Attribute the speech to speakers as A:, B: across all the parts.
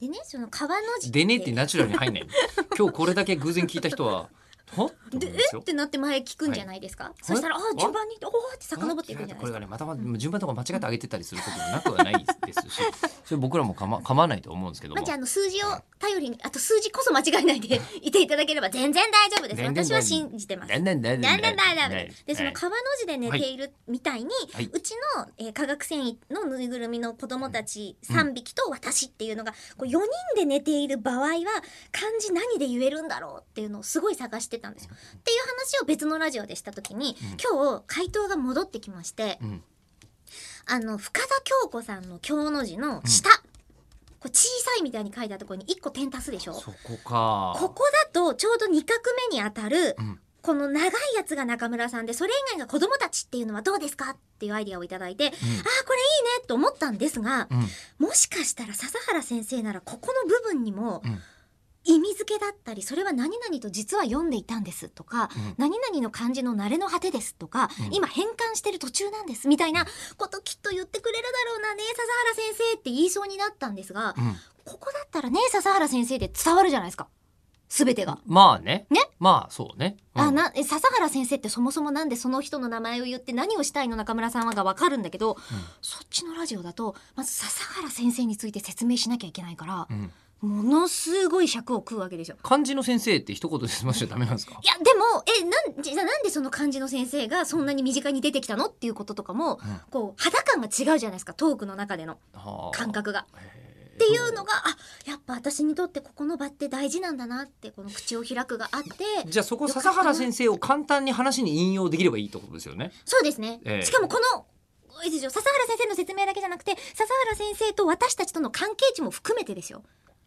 A: でねその川の字
B: でねってナチュラルに入んないの今日これだけ偶然聞いた人ははって思
A: で
B: うんです
A: えっ
B: よ
A: てなって前聞くんじゃないですか、そしたらあ
B: え
A: 順番におおって遡っていくんじゃないで
B: これ
A: すか
B: がねまたまた順番とか間違って上げてたりすることもなくはないですしそれ僕らもかま構わないと思うんですけど
A: まあ、
B: も
A: じゃああの数字を頼りにあと数字こそ間違えないで いていただければ全然大丈夫です
B: 全然大
A: 私
B: 丈夫
A: は信じてます
B: だんだんだんだ
A: 全
B: ん
A: 然大丈夫
B: だん
A: ですでその川の字で寝ているみたいに、
B: はいう
A: ちの、えー、化学繊維のぬいぐるみの子供たち3匹と私っていうのが、こう4人で寝ている場合は漢字何で言えるんだろうっていうのをすごい探してたんですよ。っていう話を別のラジオでした時に、今日回答が戻ってきまして、
B: うん
A: あの深田恭子さんの「京の字」の下、こう小さいみたいに書いたところに1個点足すでしょ
B: そこか
A: ここだとちょうど2画目に当たる、
B: うん
A: この長いやつが中村さんでそれ以外が子供たちっていうのはどうですかっていうアイディアをいただいて、ああこれいいねと思ったんですが、
B: うん
A: もしかしたら笹原先生ならここの部分にも
B: うん
A: 意味付けだったりそれは何々と実は読んでいたんですとか、
B: うん
A: 何々の漢字の慣れの果てですとか、
B: うん
A: 今変換してる途中なんですみたいなこときっと言ってくれるだろうなね笹原先生って言いそうになったんですが、
B: うん
A: ここだったらね笹原先生で伝わるじゃないですか全てが。
B: まあね
A: ね
B: まあそうね、うん
A: あなえ笹原先生ってそもそもなんでその人の名前を言って何をしたいの中村さんはが分かるんだけど、そっちのラジオだとまず笹原先生について説明しなきゃいけないから
B: う、ん
A: ものすごい尺を食うわけですよ。
B: 漢字の先生って一言で済ませちゃダメなんですか
A: いやでもえなんじゃあなんでその漢字の先生がそんなに身近に出てきたのっていうこととかも、
B: うん
A: こう肌感が違うじゃないですかトークの中での
B: はあ
A: 感覚が。
B: へえ
A: っていうのがあやっぱ私にとってここの場って大事なんだなってこの口を開くがあって
B: じゃあそこ笹原先生を簡単に話に引用できればいいってことですよね。
A: そうですね、
B: ええ
A: しかもこのおいでしょ笹原先生の説明だけじゃなくて笹原先生と私たちとの関係値も含めてですよ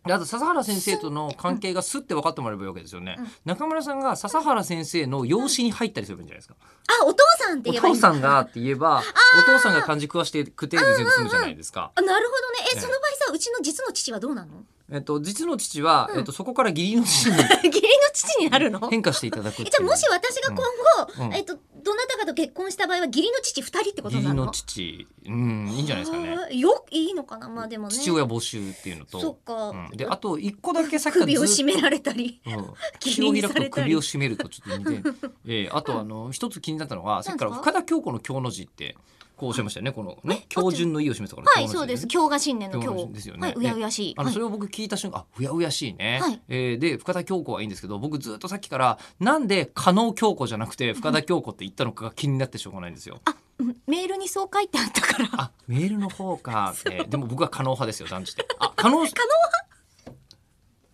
B: であと笹原先生との関係がスッて分かってもらえばいいわけですよね。中村さんが笹原先生の養子に入ったりすればいいんじゃないですか。
A: あお父さんって
B: お
A: 言えばいい
B: 父さん
A: だ
B: がって言 えばお父さんが漢字食わして食ってるんですよ済むじゃないですか。
A: あなるほどねえ、
B: ええ
A: その場合さうちの実の父はどうな の
B: えっと実の父は、えっとそこから義理の父に
A: 義理の父になるの え
B: 変化していただくってい
A: じ
B: う。
A: ゃあもし私が今後、
B: うん
A: えっとどなたかと結婚した場合は義理の父2人ってことに
B: 義
A: な
B: 理
A: るの
B: の父うんいいんじゃないですかね。
A: あーよいいのかなまあでもね
B: 父親募集っていうのと。
A: そっか、
B: うんであと一個だけさっきから
A: 首を
B: ずっと
A: 絞められたり
B: うん
A: 義
B: 気
A: 理
B: を
A: に
B: 開
A: されたり
B: くと首を絞めるとちょ っと似て、ええあとあの一つ気になったのはさっきから
A: なんです
B: 深田恭子の京の字ってこうおっしゃいましたよねこのね標準の意を示すから
A: は
B: 京
A: い、
B: の字
A: そうです。
B: ね
A: 今日が新年の今
B: 京
A: 日。
B: の字ですよね
A: はい、うやうやしい。
B: あの
A: はい
B: それを僕聞いた瞬間あうやうやしいね、
A: はい
B: ええで深田恭子はいいんですけど僕ずっとさっきからなんで加納京子じゃなくて深田恭子って言ったのかが気になってしょうがないんですよ。
A: あ、うんメールにそう書いてあったから。
B: あメールの方 か、ええでも僕は加納派ですよ断じて。あ加納加納派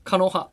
B: 加納派